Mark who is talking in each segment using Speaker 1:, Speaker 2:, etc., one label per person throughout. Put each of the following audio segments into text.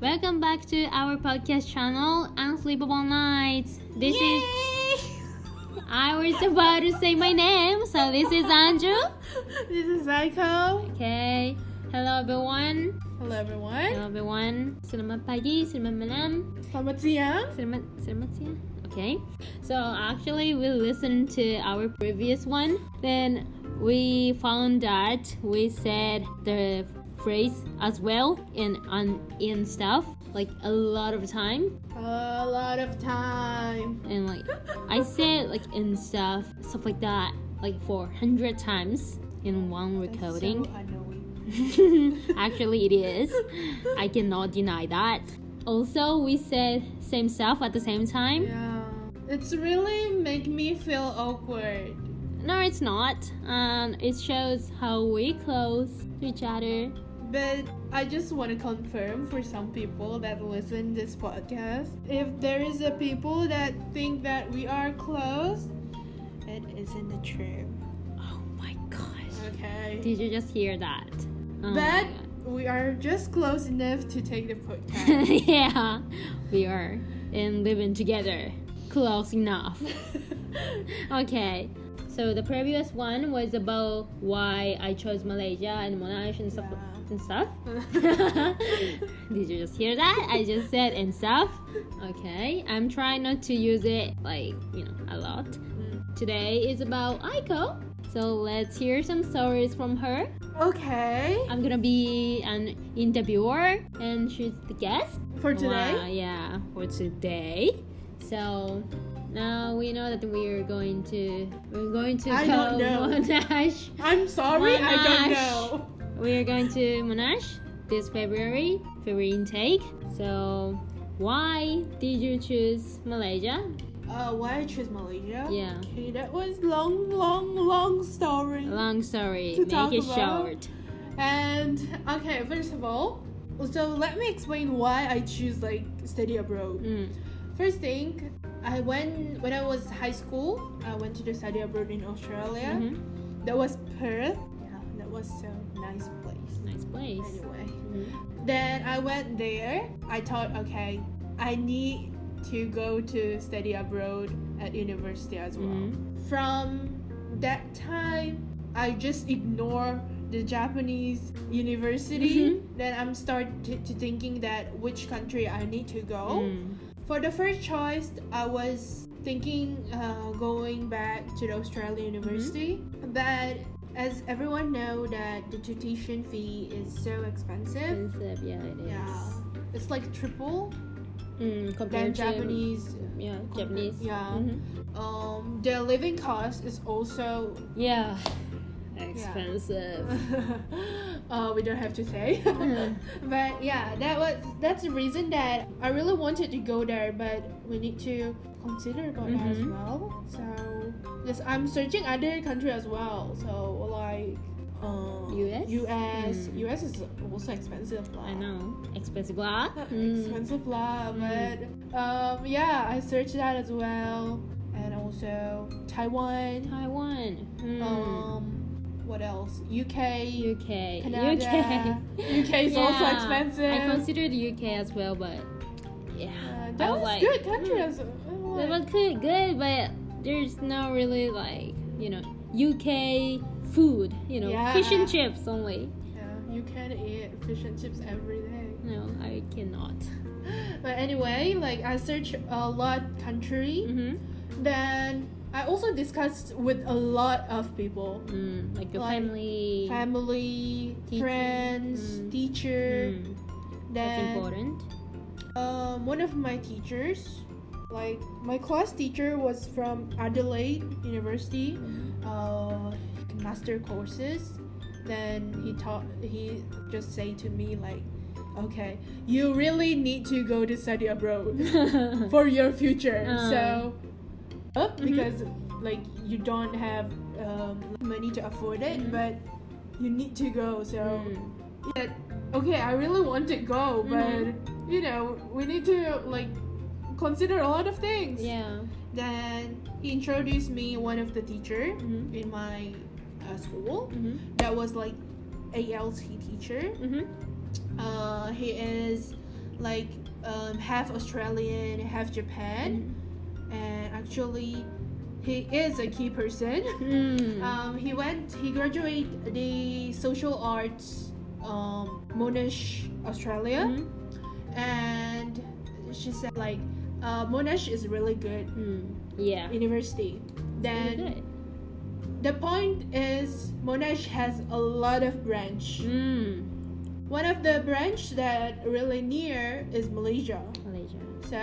Speaker 1: Welcome back to our podcast channel, Unsleepable Nights. This is. I was about to say my name, so this is Andrew.
Speaker 2: this is Zyko.
Speaker 1: Okay. Hello everyone.
Speaker 2: Hello everyone.
Speaker 1: Hello everyone. Selamat pagi, selamat malam,
Speaker 2: Selamat siang.
Speaker 1: selamat selamat siang. Okay. So actually, we listened to our previous one. Then we found that we said the phrase as well in on in stuff like a lot of time
Speaker 2: A lot of time.
Speaker 1: and like I said like in stuff stuff like that like 400 times in one recording.
Speaker 2: So annoying.
Speaker 1: Actually it is. I cannot deny that. Also we said same stuff at the same time.
Speaker 2: Yeah. It's really make me feel awkward.
Speaker 1: No it's not. And it shows how we close to each other.
Speaker 2: But I just want to confirm for some people that listen this podcast, if there is a people that think that we are close, it isn't the truth.
Speaker 1: Oh my gosh.
Speaker 2: Okay.
Speaker 1: Did you just hear that? Oh my
Speaker 2: But
Speaker 1: God.
Speaker 2: we are just close enough to take the podcast.
Speaker 1: yeah, we are and living together. Close enough. Okay, so the previous one was about why I chose Malaysia and Monash and stuff.
Speaker 2: Yeah.
Speaker 1: And stuff. Did you just hear that? I just said and stuff. Okay, I'm trying not to use it like you know a lot. Today is about Aiko. So let's hear some stories from her.
Speaker 2: okay.
Speaker 1: I'm gonna be an interviewer and she's the guest.
Speaker 2: For today.
Speaker 1: Wow, yeah, for today. So now we know that we are going to we're going to
Speaker 2: I
Speaker 1: go
Speaker 2: don't know.
Speaker 1: Monash.
Speaker 2: I'm sorry, I don't
Speaker 1: Monash.
Speaker 2: know.
Speaker 1: We are going to Monash this February, February intake. So why did you choose Malaysia?
Speaker 2: Uh, why I chose Malaysia?
Speaker 1: Yeah.
Speaker 2: Okay, that was long, long, long story.
Speaker 1: Long story,
Speaker 2: To
Speaker 1: make
Speaker 2: talk
Speaker 1: it
Speaker 2: about-
Speaker 1: short.
Speaker 2: And okay, first of all, so let me explain why I choose like study abroad.
Speaker 1: Mm.
Speaker 2: First thing, I went when I was high school. I went to the study abroad in Australia.
Speaker 1: mhm.
Speaker 2: That was Perth. Yeah, that was so nice place.
Speaker 1: Nice place.
Speaker 2: Anyway.
Speaker 1: Mhm.
Speaker 2: Then I went there. I thought, okay, I need to go to study abroad at university as well. From that time, I just ignore the Japanese university. Then I'm start t- to thinking that which country I need to go.
Speaker 1: Mm.
Speaker 2: For the first choice, I was thinking uh, going back to the Australian university, but as everyone know that the tuition fee is so expensive.
Speaker 1: Expensive, yeah, it is.
Speaker 2: Yeah, it's like triple
Speaker 1: Mm,
Speaker 2: than
Speaker 1: compared to
Speaker 2: Japanese.
Speaker 1: yeah
Speaker 2: compared-
Speaker 1: Japanese.
Speaker 2: yeah.
Speaker 1: Mhm.
Speaker 2: Um, their living cost is also.
Speaker 1: Yeah. Expensive.
Speaker 2: uh, we don't have to say,
Speaker 1: Mm-hmm.
Speaker 2: but yeah, that was that's the reason that I really wanted to go there, but we need to consider about that as
Speaker 1: Mhm.
Speaker 2: well. So yes, I'm searching other country as well. So like. Uh,
Speaker 1: US?
Speaker 2: US,
Speaker 1: Hmm.
Speaker 2: US is also expensive.
Speaker 1: I
Speaker 2: lah.
Speaker 1: know. Expensive Ah, hmm. blah. Mm.
Speaker 2: expensive lah, but um, yeah, I searched that as well, and also Taiwan.
Speaker 1: Taiwan. Mm.
Speaker 2: Um, what else? UK,
Speaker 1: UK.
Speaker 2: Canada.
Speaker 1: UK.
Speaker 2: UK is also
Speaker 1: Yeah. I
Speaker 2: expensive.
Speaker 1: considered UK as well, but yeah.
Speaker 2: Uh,
Speaker 1: I
Speaker 2: that
Speaker 1: was
Speaker 2: was uh,
Speaker 1: like,
Speaker 2: good country.
Speaker 1: mm.
Speaker 2: as well.
Speaker 1: It was good, good, but there's no really like, you know, UK food, you know, fish and chips only.
Speaker 2: yeah, you can eat fish and chips every day.
Speaker 1: No, I cannot.
Speaker 2: But anyway, like I searched a lot country.
Speaker 1: Mm-hmm.
Speaker 2: Then I also discussed with a lot of people.
Speaker 1: Mm, like a
Speaker 2: Like,
Speaker 1: family.
Speaker 2: family,
Speaker 1: Teacher.
Speaker 2: friends,
Speaker 1: Mm.
Speaker 2: teacher.
Speaker 1: Mm, that's
Speaker 2: Then
Speaker 1: important.
Speaker 2: um, one of my teachers, like my class teacher, was from Adelaide University, uh, master courses. Then he taught. He just say to me like, "Okay, you really need to go to study abroad
Speaker 1: Mm,
Speaker 2: for your future."
Speaker 1: Oh.
Speaker 2: So, oh,
Speaker 1: Mhm.
Speaker 2: because like you don't have um, money to afford it,
Speaker 1: Mhm.
Speaker 2: but you need to go. So.
Speaker 1: Mm.
Speaker 2: that okay i really want to go but
Speaker 1: Mhm.
Speaker 2: you know we need to like consider a lot of things
Speaker 1: Yeah.
Speaker 2: then he introduced me one of the teacher
Speaker 1: Mm-hmm.
Speaker 2: in my uh, school
Speaker 1: Mm-hmm.
Speaker 2: that was like alt teacher
Speaker 1: Mm-hmm.
Speaker 2: uh, he is like um, half Australian, half
Speaker 1: Mm-hmm.
Speaker 2: Japan, and actually, he is a key person.
Speaker 1: Mm.
Speaker 2: Um, he went. He graduated the social arts, um, Monash, Australia,
Speaker 1: Mm.
Speaker 2: and she said like, uh, Monash is really good
Speaker 1: Mm. Yeah.
Speaker 2: university.
Speaker 1: Really
Speaker 2: Then
Speaker 1: good.
Speaker 2: the point is, Monash has a lot of branch.
Speaker 1: Mm.
Speaker 2: One of the branch that really near is Malaysia.
Speaker 1: Malaysia.
Speaker 2: So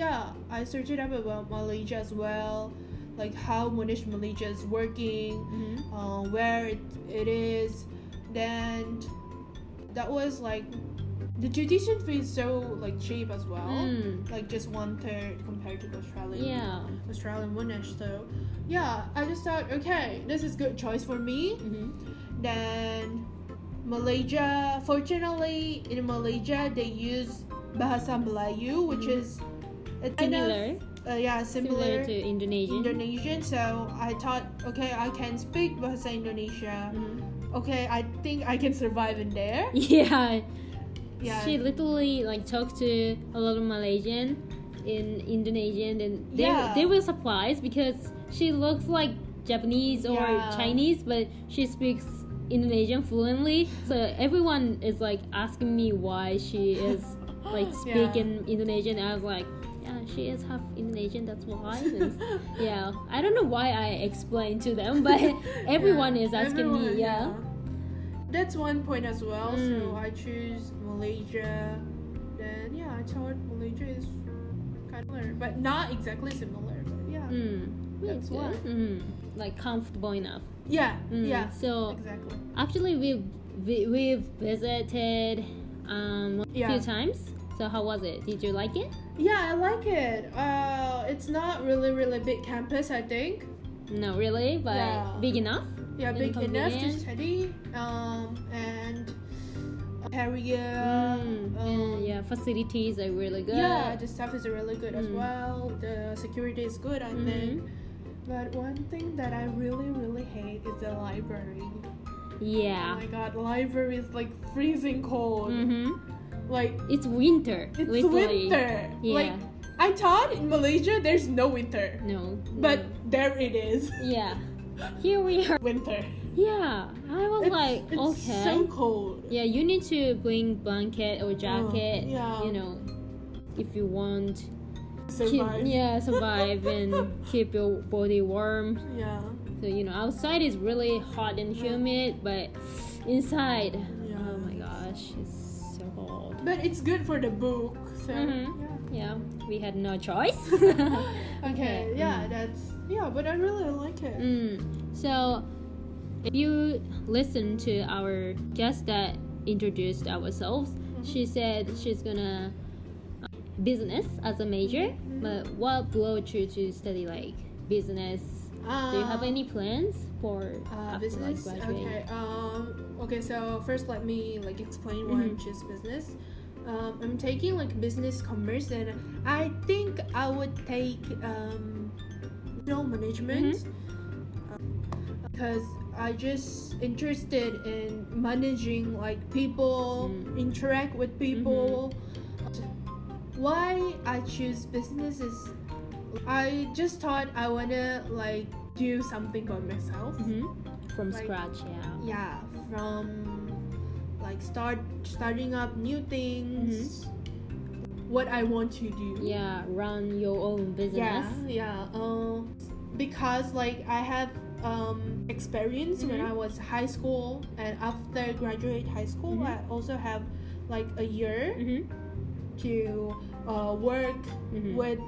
Speaker 2: yeah, I searched it up about Malaysia as well, like how Monash Malaysia is working.
Speaker 1: Mm-hmm.
Speaker 2: uh, where it, it is. Then that was like the tuition fee is so like cheap as well,
Speaker 1: Mm.
Speaker 2: like just one third compared to the Australian
Speaker 1: Yeah.
Speaker 2: Australian one-ish. So yeah, I just thought okay, this is good choice for me.
Speaker 1: Mm-hmm.
Speaker 2: Then Malaysia, fortunately in Malaysia they use bahasa Melayu, which
Speaker 1: Mhm.
Speaker 2: is it's kind of-
Speaker 1: Similar,
Speaker 2: uh, yeah,
Speaker 1: similar to Indonesian.
Speaker 2: Indonesian, so I thought, okay, I can speak Bahasa Indonesia.
Speaker 1: Mhm.
Speaker 2: Okay, I think I can survive in there.
Speaker 1: Yeah.
Speaker 2: Yeah.
Speaker 1: She literally like talked to a lot of Malaysian in Indonesian and they,
Speaker 2: Yeah.
Speaker 1: they were surprised because she looks like Japanese or
Speaker 2: Yeah.
Speaker 1: Chinese but she speaks Indonesian fluently so everyone is like asking me why she is like
Speaker 2: Yeah.
Speaker 1: speaking Indonesian I was like yeah she is half Indonesian that's why And yeah I don't know why I explained to them but everyone
Speaker 2: Yeah,
Speaker 1: is asking
Speaker 2: everyone,
Speaker 1: me yeah
Speaker 2: That's one point as well.
Speaker 1: Mm.
Speaker 2: So I choose Malaysia. Then yeah, I thought Malaysia is kind of similar, but not exactly similar. But yeah.
Speaker 1: Mm.
Speaker 2: That's
Speaker 1: good.
Speaker 2: why.
Speaker 1: Mm. like comfortable enough
Speaker 2: Yeah.
Speaker 1: Mm,
Speaker 2: Yeah.
Speaker 1: So
Speaker 2: Exactly.
Speaker 1: actually, we've we, we've visited um a
Speaker 2: Yeah.
Speaker 1: few times. So how was it? Did you like it?
Speaker 2: Yeah, I like it. Uh, it's not really, really big campus. I think.
Speaker 1: No, really, but
Speaker 2: Yeah.
Speaker 1: big enough.
Speaker 2: Yeah,
Speaker 1: And
Speaker 2: big enough to
Speaker 1: convenient.
Speaker 2: study. Um, and career.
Speaker 1: Mm,
Speaker 2: um,
Speaker 1: and yeah, facilities are really good.
Speaker 2: Yeah, the stuff is really good as
Speaker 1: Mm.
Speaker 2: well. The security is good, I think.
Speaker 1: Mhm.
Speaker 2: But one thing that I really, really hate is the library. Oh
Speaker 1: Yeah.
Speaker 2: my god, library is like freezing cold.
Speaker 1: hmm
Speaker 2: Like
Speaker 1: It's winter.
Speaker 2: it's
Speaker 1: literally.
Speaker 2: winter.
Speaker 1: Yeah.
Speaker 2: Like I thought in Malaysia there's no winter,
Speaker 1: no.
Speaker 2: but
Speaker 1: no.
Speaker 2: there it is,
Speaker 1: yeah, here we are.
Speaker 2: winter.
Speaker 1: Yeah, I was
Speaker 2: It's,
Speaker 1: like,
Speaker 2: it's
Speaker 1: okay.
Speaker 2: so cold. Oh,
Speaker 1: Yeah, you need to bring blanket or jacket.
Speaker 2: yeah.
Speaker 1: You know, if you want keep,
Speaker 2: Survive.
Speaker 1: yeah survive and keep your body warm
Speaker 2: Yeah.
Speaker 1: so you know outside is really hot and humid but inside oh
Speaker 2: Yeah.
Speaker 1: my gosh it's so cold
Speaker 2: But it's good for the book. So
Speaker 1: Mhm. yeah
Speaker 2: yeah.
Speaker 1: we had no choice
Speaker 2: Okay, yeah, that's yeah, but I really like it.
Speaker 1: mm. so if you listen to our guest that introduced ourselves
Speaker 2: Mm-hmm.
Speaker 1: she said she's gonna uh, business as a major
Speaker 2: Mhm.
Speaker 1: but what brought you to study like business Do you have any plans for
Speaker 2: uh,
Speaker 1: after like
Speaker 2: business?
Speaker 1: graduating?
Speaker 2: Okay. Um. Okay. So first, let me like explain why
Speaker 1: Mm-hmm.
Speaker 2: I'm choose business. Um, I'm taking like business commerce, and I think I would take um, no management
Speaker 1: Mm-hmm.
Speaker 2: uh, because I just interested in managing like people,
Speaker 1: Mm.
Speaker 2: interact with people.
Speaker 1: Mm-hmm.
Speaker 2: Why I choose business is I just thought I wanna like do something by myself.
Speaker 1: Mhm. From
Speaker 2: Like-
Speaker 1: scratch, yeah.
Speaker 2: Yeah, from like start starting up new things. What I want to do.
Speaker 1: Mm-hmm. Yeah, run your own business.
Speaker 2: Yeah, yeah. Um, because like I have um experience when
Speaker 1: Mhm.
Speaker 2: I was high school and after graduate high school,
Speaker 1: Mhm.
Speaker 2: I also have like a year
Speaker 1: Mhm.
Speaker 2: to uh, work
Speaker 1: Mhm.
Speaker 2: with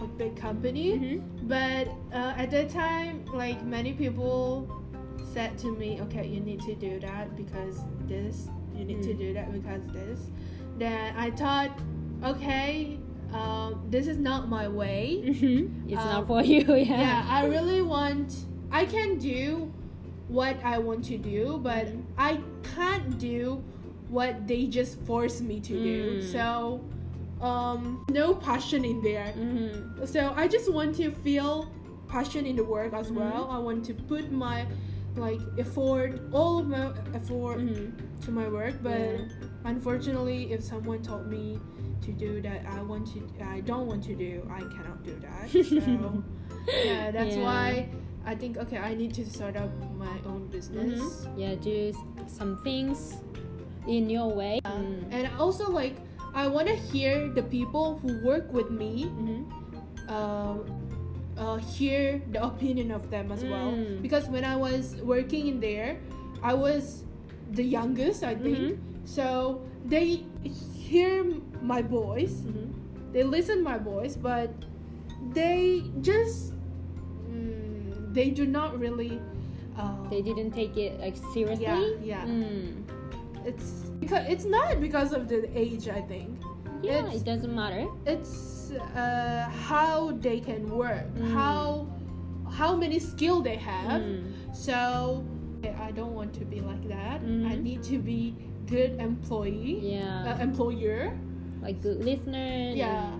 Speaker 2: like big company.
Speaker 1: Mhm.
Speaker 2: But uh, at that time, like many people said to me, okay, you need to do that because this, you need to
Speaker 1: Mm.
Speaker 2: do that because this. Then I thought, okay, um, this is not my way.
Speaker 1: Mhm. It's
Speaker 2: Um,
Speaker 1: not for you, yeah.
Speaker 2: Yeah, I really want, I can do what I want to do, but
Speaker 1: Mhm.
Speaker 2: I can't do what they just force me to do.
Speaker 1: Mm.
Speaker 2: So, um, no passion in there.
Speaker 1: Mhm.
Speaker 2: So I just want to feel passion in the work as
Speaker 1: Mhm.
Speaker 2: well. I want to put my like effort, all of my effort
Speaker 1: Mhm.
Speaker 2: to my work, but
Speaker 1: Yeah.
Speaker 2: Unfortunately, if someone told me to do that, I want to, I don't want to do. I cannot do that. So yeah, that's
Speaker 1: Yeah.
Speaker 2: why I think okay, I need to start up my own business.
Speaker 1: Yeah, do s- some things in your way. Mm.
Speaker 2: Uh, And also like I want to hear the people who work with me
Speaker 1: Mhm.
Speaker 2: um, uh, hear the opinion of them as well.
Speaker 1: Mm.
Speaker 2: Because when I was working in there, I was the youngest, I think.
Speaker 1: Mhm.
Speaker 2: So they hear my voice,
Speaker 1: Mhm.
Speaker 2: they listen my voice, but they just mm, they do not really. Uh,
Speaker 1: They didn't take it like seriously.
Speaker 2: yeah, yeah.
Speaker 1: Mm.
Speaker 2: It's because it's not because of the age, I think.
Speaker 1: Yeah,
Speaker 2: It's-
Speaker 1: it doesn't matter.
Speaker 2: it's uh, how they can work
Speaker 1: Mm.
Speaker 2: how how many skill they have
Speaker 1: Mm.
Speaker 2: so i don't want to be like that i
Speaker 1: Mhm.
Speaker 2: need to be good employee
Speaker 1: Yeah,
Speaker 2: uh, employer
Speaker 1: like good listener.
Speaker 2: Uh-uh. yeah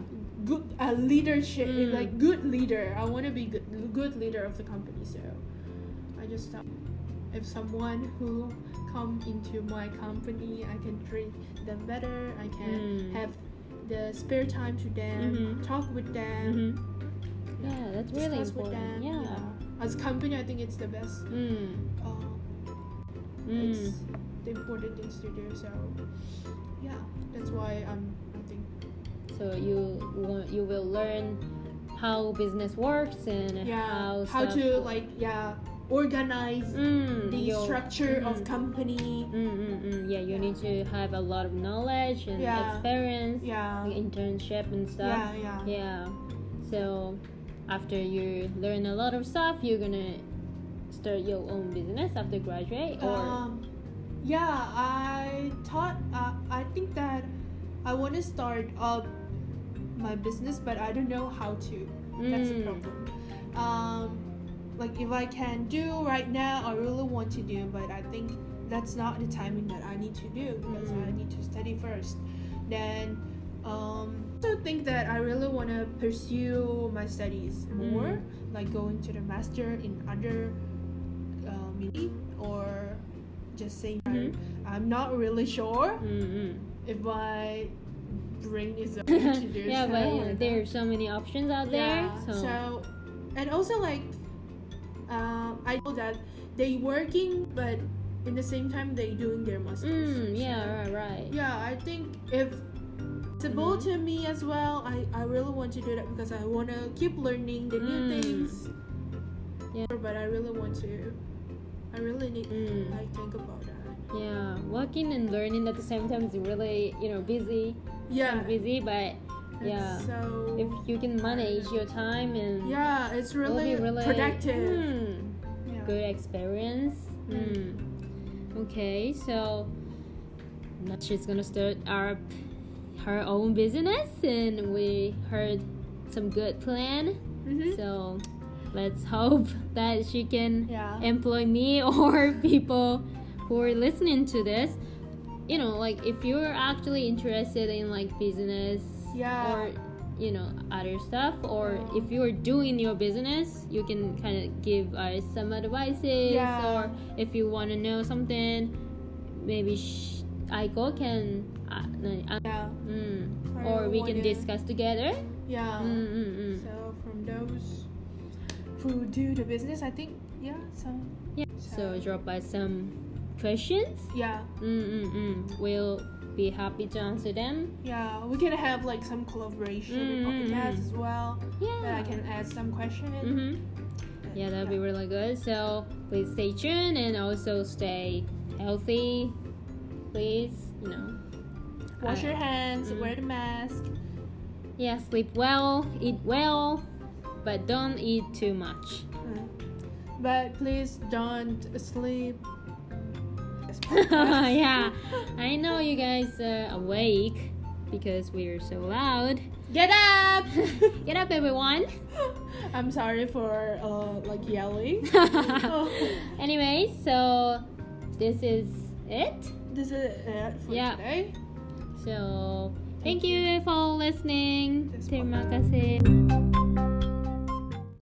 Speaker 2: good uh, leadership
Speaker 1: Mm.
Speaker 2: like good leader i want to be good, good leader of the company so i just thought if someone who come into my company i can treat them better i can
Speaker 1: Mm.
Speaker 2: have the spare time to them
Speaker 1: Mhm.
Speaker 2: talk with them
Speaker 1: hmm Yeah, that's really
Speaker 2: Mm-hmm. discuss with
Speaker 1: important.
Speaker 2: them
Speaker 1: Yeah.
Speaker 2: as company i think it's the best
Speaker 1: Mm.
Speaker 2: uh,
Speaker 1: Mm.
Speaker 2: it's the important things to do so yeah that's why i'm i think
Speaker 1: So you wa- you will learn how business works and
Speaker 2: yeah
Speaker 1: how
Speaker 2: how
Speaker 1: stuff-
Speaker 2: to like yeah organize
Speaker 1: mm,
Speaker 2: the
Speaker 1: your-
Speaker 2: structure of
Speaker 1: Mhm.
Speaker 2: company
Speaker 1: Mm, mm, mm. Yeah, you
Speaker 2: Yeah.
Speaker 1: need to have a lot of knowledge and
Speaker 2: Yeah.
Speaker 1: experience,
Speaker 2: yeah
Speaker 1: like internship and stuff.
Speaker 2: yeah yeah
Speaker 1: Yeah. So after you learn a lot of stuff, you're gonna start your own business after graduate or
Speaker 2: um yeah i thought uh, i think that i want to start up my business but i don't know how to that's the
Speaker 1: Mm,
Speaker 2: problem um like if i can do right now i really want to do but i think that's not the timing that i need to do because
Speaker 1: Mm.
Speaker 2: i need to study first then um I also think that i really want to pursue my studies
Speaker 1: Mm.
Speaker 2: more like going to the master in other um, uni or just saying
Speaker 1: Mhm.
Speaker 2: i'm not really sure
Speaker 1: mm, mm.
Speaker 2: if my brain is up to do
Speaker 1: yeah,
Speaker 2: so or
Speaker 1: but
Speaker 2: not.
Speaker 1: there are so many options out there.
Speaker 2: Yeah,
Speaker 1: So,
Speaker 2: and also like, um, I know that they working, but in the same time they doing their masters.
Speaker 1: mm, yeah, right, right.
Speaker 2: Yeah, I think if possible
Speaker 1: Mm-hmm.
Speaker 2: to me as well, I I really want to do that because I want to keep learning the new
Speaker 1: Mm.
Speaker 2: things.
Speaker 1: Yeah.
Speaker 2: But I really want to. I really need.
Speaker 1: Mm.
Speaker 2: I think about that.
Speaker 1: Yeah, working and learning at the same time is really, you know, busy.
Speaker 2: Yeah.
Speaker 1: Busy, but
Speaker 2: it's
Speaker 1: yeah.
Speaker 2: So.
Speaker 1: if you can manage your time and
Speaker 2: yeah, it's
Speaker 1: it'll be
Speaker 2: really, productive.
Speaker 1: mm,
Speaker 2: Yeah.
Speaker 1: good experience. Mm.
Speaker 2: Mm.
Speaker 1: Okay, so now she's gonna start our her own business, and we heard some good plan.
Speaker 2: Mhm.
Speaker 1: So let's hope that she can
Speaker 2: Yeah.
Speaker 1: employ me or people who are listening to this you know like if you're actually interested in like business
Speaker 2: Yeah.
Speaker 1: or you know other stuff or
Speaker 2: Yeah.
Speaker 1: if you're doing your business you can kind of give us some advices
Speaker 2: Yeah.
Speaker 1: or if you want to know something maybe sh- Aiko can uh, no, uh,
Speaker 2: yeah.
Speaker 1: mm,
Speaker 2: I
Speaker 1: or we can
Speaker 2: wanna-
Speaker 1: discuss together
Speaker 2: Yeah.
Speaker 1: mm, mm, mm.
Speaker 2: Uh, So from those who do the business, I think yeah, some
Speaker 1: yeah so drop us some questions
Speaker 2: yeah,
Speaker 1: Mm-mm-mm. We'll be happy to answer them.
Speaker 2: yeah. We can have like some collaboration
Speaker 1: Mm,
Speaker 2: with
Speaker 1: mm,
Speaker 2: podcasts
Speaker 1: mm.
Speaker 2: as well.
Speaker 1: Yeah.
Speaker 2: That I can add some questions.
Speaker 1: hmm Yeah, that'd be really good. So please stay tuned and also stay healthy. Please, you know.
Speaker 2: Wash your hands,
Speaker 1: Mm.
Speaker 2: wear the mask.
Speaker 1: Yeah, sleep well, eat well, but don't eat too much.
Speaker 2: But please don't sleep.
Speaker 1: yeah, I know you guys are awake because we're so loud.
Speaker 2: Get up!
Speaker 1: Get up, everyone.
Speaker 2: I'm sorry for uh, like yelling.
Speaker 1: anyway, so this is it.
Speaker 2: This is it for
Speaker 1: Yeah.
Speaker 2: today.
Speaker 1: So, thank you for listening.
Speaker 2: That's
Speaker 1: Terima kasih.